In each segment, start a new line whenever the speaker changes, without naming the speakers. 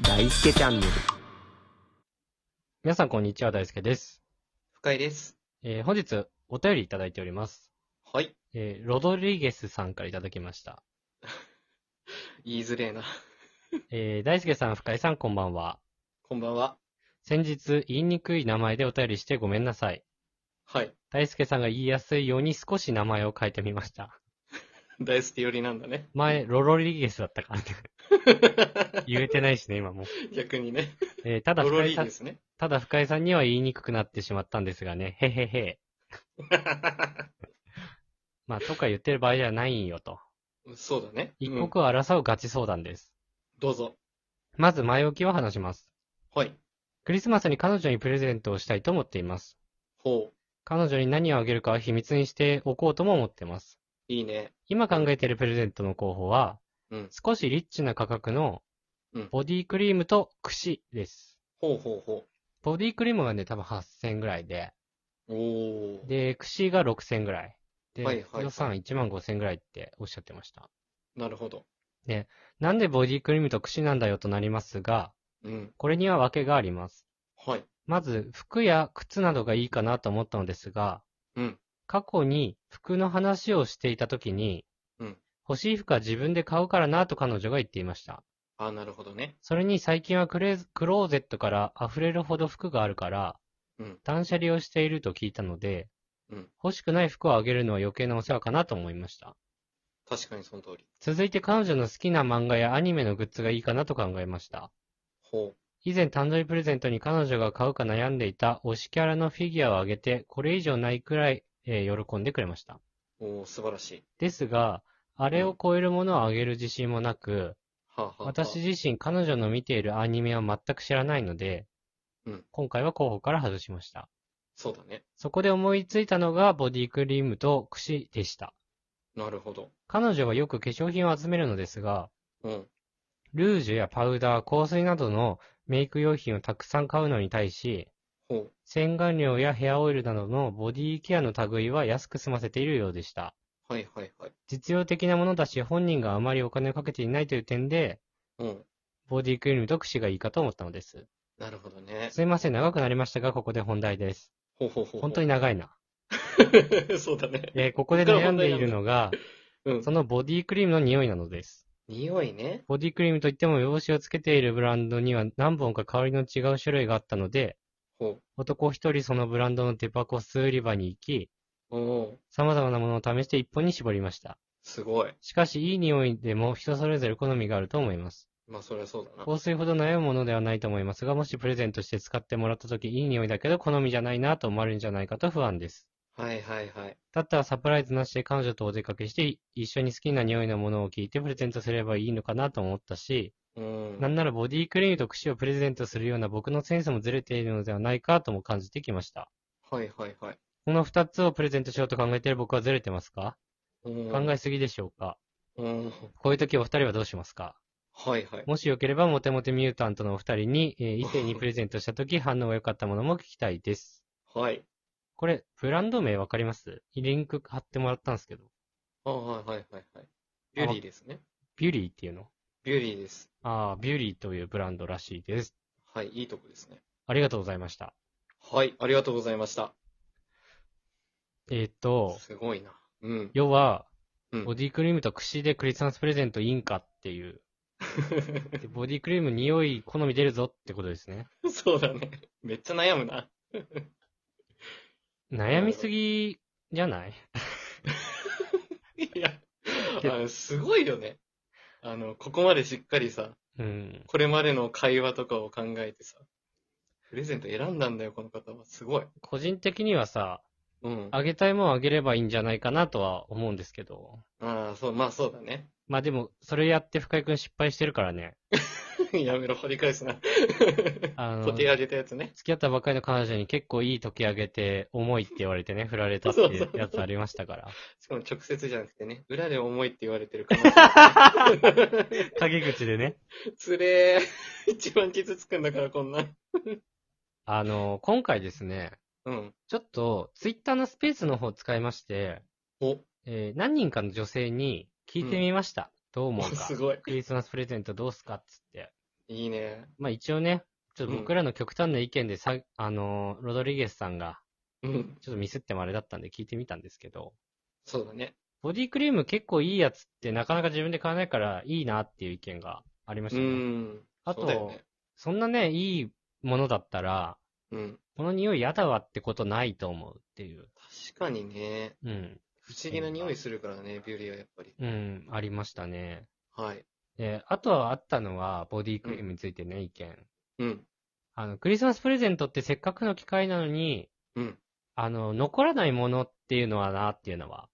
大輔チャンネル。皆さんこんにちは、大輔です。
深井です。
えー本日お便りいただいております。
はい。
えーロドリゲスさんからいただきました。
言いづれえな。
えー大輔さん、深井さん、こんばんは。
こんばんは。
先日、言いにくい名前でお便りしてごめんなさい。
はい。
大輔さんが言いやすいように少し名前を変えてみました。
大好き寄りなんだね。
前、ロロリゲスだったからね。言えてないしね、今もう。
逆にね。
えーただ
ロロ
深
リ
井
ー
さん
で、すね。
ただ深井さんには言いにくくなってしまったんですがね。へへへ。まあ、とか言ってる場合じゃないんよと。
そうだね。
一
うん
刻を争うガチ相談です。
どうぞ。
まず前置きを話します。
はい。
クリスマスに彼女にプレゼントをしたいと思っています。
ほう。
彼女に何をあげるかは秘密にしておこうとも思ってます。
いいね。
今考えているプレゼントの候補は、
うん
少しリッチな価格の
うん
ボディクリームと櫛です。
ほうほうほ
ボディクリームがね、多分8000円ぐらいで、
う。おー。
で、櫛が6000円ぐらい。で、
はいはいはい
予算1万5000円ぐらいっておっしゃってました。
なるほど。
なんでボディクリームと櫛なんだよとなりますが、
うん。
これには訳があります。
はい。
まず、服や靴などがいいかなと思ったのですが、
うん
過去に服の話をしていたときに、
うん
欲しい服は自分で買うからなと彼女が言っていました。
あなるほどね。
それに最近はクレクローゼットから溢れるほど服があるから、
うん
断捨離をしていると聞いたので、
うん
欲しくない服をあげるのは余計なお世話かなと思いました。
確かにその通り。
続いて彼女の好きな漫画やアニメのグッズがいいかなと考えました。
ほ
以前誕生日プレゼントに彼女が買うか悩んでいた推しキャラのフィギュアをあげて、これ以上ないくらい、えー喜んでくれました。
う。おー、素晴らしい。
ですが、あれを超えるものをあげる自信もなく、
はあ、はあはあ、
私自身彼女の見ているアニメは全く知らないので、
うん
今回は候補から外しました。
そうだね。
そこで思いついたのがボディクリームと櫛でした。
なるほど。
彼女はよく化粧品を集めるのですが、
うん。
ルージュやパウダー、香水などのメイク用品をたくさん買うのに対し、
ほ
洗顔料やヘアオイルなどのボディケアの類は安く済ませているようでした。
う。はいはいはい。
実用的なものだし、本人があまりお金をかけていないという点で、
うん。
ボディクリームと櫛がいいかと思ったのです。
なるほどね。
すいません、長くなりましたが、ここで本題です。
ほうほうほうほう。
本当に長いな。
に。 そうだね。
えーここで悩んでいるのが、
うん
そ。のボディクリームの匂いなのです。
匂いね。
ボディクリームといっても、用紙をつけているブランドには何本か香りの違う種類があったので、
ほ
男一人そのブランドのデパコス売り場に行き、
う。おー
様々なものを試して一本に絞りました。
すごい。
しかし、いい匂いでも人それぞれ好みがあると思います。
まあ、そりゃそうだな。
香水ほど悩むものではないと思いますが、もしプレゼントして使ってもらった時、いい匂いだけど好みじゃないなと思われるんじゃないかと不安です。
はいはいはい。
だったらサプライズなしで彼女とお出かけして、一緒に好きな匂いのものを聞いてプレゼントすればいいのかなと思ったし、
うん。
なんならボディクリームと櫛をプレゼントするような僕のセンスもずれているのではないかとも感じてきました。
はいはいはい。
この二つをプレゼントしようと考えている僕はずれてますか考
考
えすぎでしょうか
え。うん。
こういう時お二人はどうしますか
はいはい。
もしよければ、モテモテミュータントのお二人に、 えー異性にプレゼントしたとき、反応が良かったものも聞きたいです。
はい。
これ、ブランド名わかりますリンク貼ってもらったんですけど。
あはいはいはいはい。ビューリーですね。
ビュリーっていうの
ビューリーです。
ああ、ビュリーというブランドらしいです。
はい、いいとこですね。
ありがとうございました。
はい、ありがとうございました。
えーっと、
すごいな。うん。
要は、
うん
ボディクリームと櫛でクリスマスプレゼントいいんかっていう。でボディクリーム匂い好み出るぞってことですね。
そうだね。めっちゃ悩むな。
悩みすぎじゃない
いや、あのすごいよね。あの、ここまでしっかりさ、
うん。
これまでの会話とかを考えてさ、プレゼント選んだんだよ、この方は。すごい。
個人的にはさ、
うん。あ
あげたいもんあげればいいんじゃないかなとは思うんですけど。
あー、そう、まあそうだね。
まあでも、それやって深井くん失敗してるからね。
やめろ、掘り返すな。
あの、
ポテ
付
上げたやつね。
き合ったばっかりの彼女に結構いい時あげて、重いって言われてね、振られたっていうやつありましたから。
しかも直接じゃなくてね、裏で重いって言われてる可能性がある
陰口でね。
つれー。一番傷つくんだから、こんなん。
あの、今回ですね、
うん。
ちょっと、ツイッターのスペースの方を使いまして、
お、
えー何人かの女性に聞いてみました。どう思うか。
すごい。
クリスマスプレゼントどうすかっつって。
いいね。
まあ一応ね、ちょっと僕らの極端な意見でさ、あのー、ロドリゲスさんが、
うん。
ちょっとミスってもあれだったんで聞いてみたんですけど、
そうだね。
ボディクリーム結構いいやつってなかなか自分で買わないからいいなっていう意見がありまし
う
たね。
ん。
あ
そうだよ
と、
ね。
そんなね、いいものだったら、
うん。
この匂い嫌だわってことないと思うっていう。
確かにね。
うん。
不思議な匂いするからね、ビュリーはやっぱり。
うん、ありましたね。
はい。
で、あとはあったのは、ボディクリームについてね、意見。
うん。
あの、クリスマスプレゼントってせっかくの機会なのに、
うん。
あの、残らないものっていうのはなっていうのは、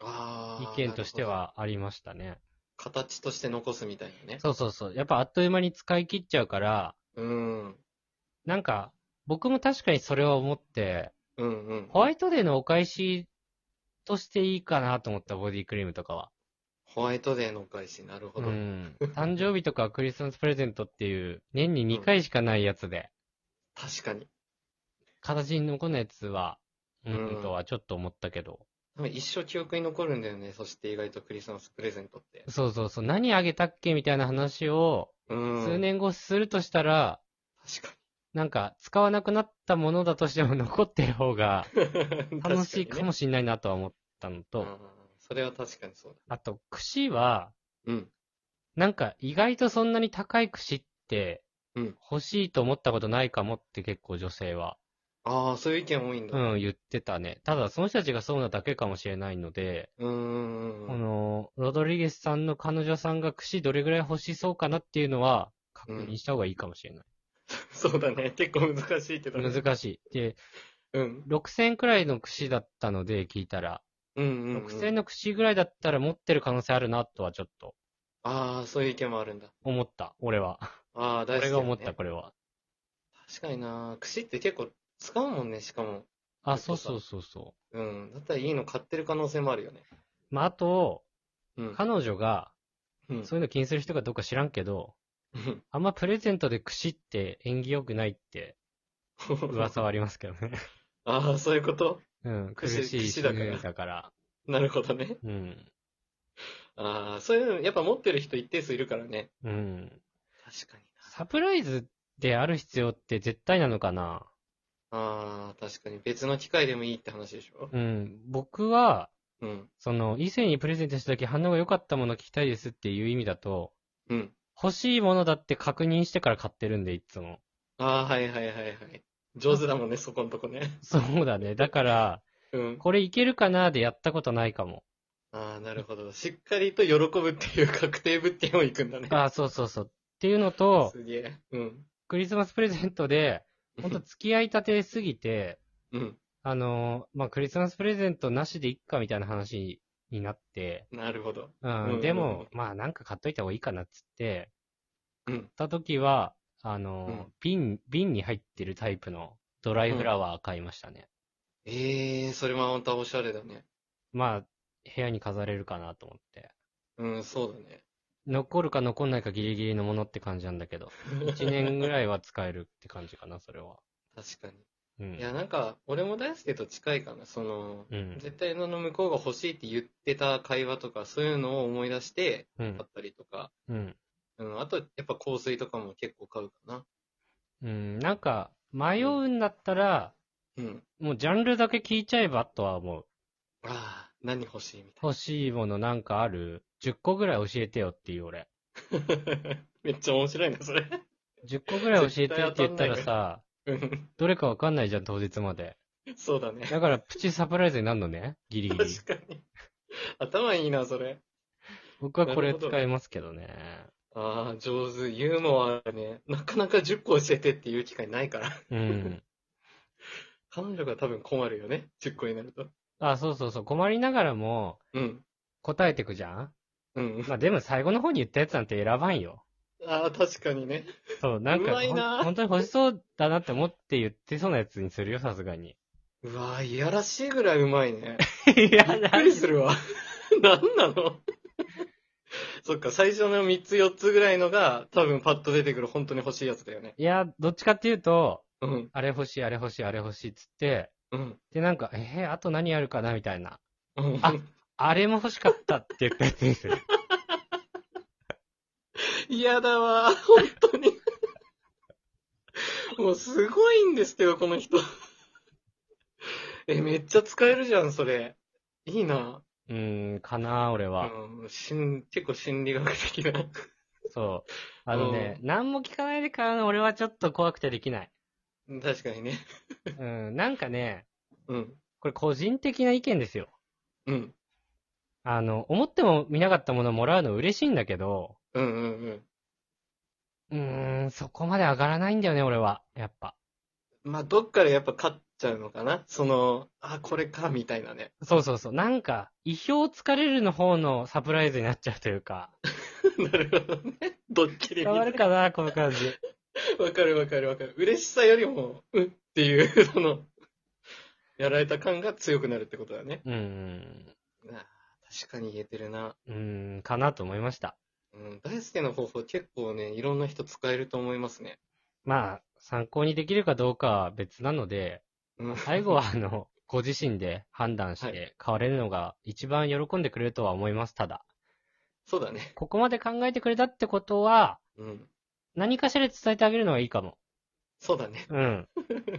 ああ。
意見として
なる
はありましたね。
ほど。形として残すみたいなね。
そうそうそう。やっぱあっという間に使い切っちゃうから、
うん。
なんか、僕も確かにそれは思って、
うんうん。
ホワイトデーのお返しとしていいかなと思った、ボディクリームとかは。
ホワイトデーのお返し、なるほ
う
ど。
ん。誕生日とかクリスマスプレゼントっていう、年に2回しかないやつで、
確かに。
形に残るやつは、う、
うんん
とはちょっと思ったけど。
多分一生記憶に残るんだよね。そして意外とクリスマスプレゼントって。
そうそうそう、何あげたっけみたいな話を、
うん。
数年後するとしたら、
確か
なんか、使わなくなったものだとしても残ってる方が、
に。
楽しいかも
し
しれないなとは思ったの
れ
と、
い。それは確かにそう
あと、櫛は、
だ。うん。
なんか、意外とそんなに高い櫛って
うん、
欲しいと思ったことないかもって結構女性は、
ああ、そういう意見多いんだ。
うん、言ってたね。ただ、その人たちがそうなだけかもしれないので、
うん。
この、ロドリゲスさんの彼女さんが櫛どれぐらい欲しそうかなっていうのは、確認した方がいいかもしれない。
そうだね。結構難しいけど、ね。
難しい。で、
うん。
6000円くらいの櫛だったので、聞いたら、
うんうん、うん。
6000円の櫛ぐらいだったら持ってる可能性あるなとはちょっと
ああ、そういう意見もあるんだ。
思った、俺は。
ああ、大好き、ね。
俺が思った、これは。
確かにな。櫛って結構使うもんね、しかも。
あ、そうそうそうそ
うん。だったらいいの買ってる可能性もあるよね。
う。まあ、あと、
うん。
彼女が、
うん。
そういうの気にする人かどうか知らんけど、
うん
あんまプレゼントで櫛って縁起良くないって噂はありますけどね。
ああ、そういうこと
うん、苦
櫛
しい
櫛だから
一年だから。
なるほどね。
うん。
ああ、そういうの、やっぱ持ってる人一定数いるからね。
うん。
確かに
サプライズである必要って絶対なのかな
な。ああ、確かに。別の機会でもいいって話でしょ
うん。僕は、
うん。
その、異性にプレゼントした時反応が良かったもの聞きたいですっていう意味だと、
うん。
欲しいものだって確認してから買ってるんで、いつも。
ああ、はいはいはいはい。上手だもんね、そこんとこね。
そうだね。だから、
うん。
これいけるかなでやったことないかも。
ああ、なるほど。しっかりと喜ぶっていう確定物件を行くんだね。
あ、そうそうそう。っていうのと、
すげえ。うん。
クリスマスプレゼントで、ほんと付き合いたてすぎて、
うん。
あのーまあ、クリスマスプレゼントなしでいっかみたいな話になって、
なるほど。
うん、
うん
でも、まあ、なんか買っといた方がいいかなっつって、
うん
買った時は、あのー
うん
瓶、瓶に入ってるタイプのドライフラワー買いましたね。
ええー、それは本当はおしゃれだね。
まあ、部屋に飾れるかなと思って。
うん、そうだ ね。
残るか残んないかギリギリのものって感じなんだけど、1年ぐらいは使えるって感じかな、それは。
確かに。
うん
い。や、なんか、俺も大輔と近いかな。その、
うん。
絶対あの向こうが欲しいって言ってた会話とか、そういうのを思い出して、
うん
買。ったりとか。
うん。
うん、あと、やっぱ香水とかも結構買うかな。
うん。なんか、迷うんだったら、
うん。
もうジャンルだけ聞いちゃえばとは思う。
ああ、何欲しいみたいな。
欲しいものなんかある ?10 個ぐらい教えてよっていう俺。
めっちゃ面白いな、それ。
10個ぐらい教えてって言ったらさ、
うん、
どれかわかんないじゃん、当日まで。
そうだね。
だから、プチサプライズになるのね、ギリギリ。
確かに。頭いいな、それ。
僕はこ
な
れ
るほど
使いますけどね。
ああ、上手。ユーモアあるね。なかなか10個教えてっていう機会ないから。
うん。
彼女が多分困るよね。10個になると。
あ、そうそうそう、困りながらも
うん。
答えてくじゃん
うん。
まあでも最後の方に言ったやつなんて選ばんよ。
ああ、確かにね。
そう、なん
う
か
まい
ほ、
なん
本当に欲しそうだなって思って言ってそうなやつにするよ、さすがに。
うわあ、いやらしいぐらいうまいね。
いや
びっくりするわ。 なんなの そっか、最初の3つ4つぐらいのが多分パッと出てくる本当に欲しいやつだよね。
いや、どっちかっていうと、
うん。
あれ欲しい、あれ欲しい、あれ欲しいっつって、
うん。
で、なんか、えー、あと何あるかなみたいな。
うん
ああれも欲しかった って言ったやつにする。
嫌だわ、本当に。 もうすごいんですけど、この人。 え、めっちゃ使えるじゃん、それ。いいな。
うーん、かな俺
う
は。
ん、しん結構心理学的な。
そう。あのね、何も聞かないで買うの俺はちょっと怖くてできない。
確かにね。
うん、なんかね、
うん。
これ個人的な意見ですよ。
うん。
あの、思っても見なかったものをもらうの嬉しいんだけど、
うんうんうん。
うーん、そこまで上がらないんだよね、俺は。やっぱ。
まあ、どっかでやっぱ勝っちゃうのかなその、あ、これか、みたいなね。
そうそうそう。なんか、意表をつかれるの方のサプライズになっちゃうというか。
なるほどね。ドッキリ
伝
みたい
わ
な
るかな、この 感じ。
わかるわかるわかる。嬉しさよりも、うんっていう、 その、やられた感が強くなるってことだね。
うん、
ああ確かに言えてるな。
うん、かなと思いました。
うん、大輔の方法結構ね、いろんな人使えると思いますね。
まあ、参考にできるかどうかは別なの で、
うん、
最後は、あの、ご自身で判断し
は
て買われるのが一番喜んでくれるとは思います。ただ、
そうだね。
ここまで考えてくれたってことは、
うん。
何かしらで伝えてあげるのがいいかも。
そうだね。
うん。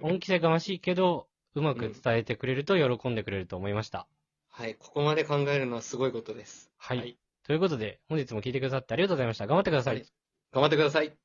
恩着せがましいけど、うまく伝えてくれると喜んでくれると思いました。
はい。ここまで考えるのはすごいことです。
はい。ということで、本日も聞いてくださってありがとうございました。頑張ってください。
頑張ってください。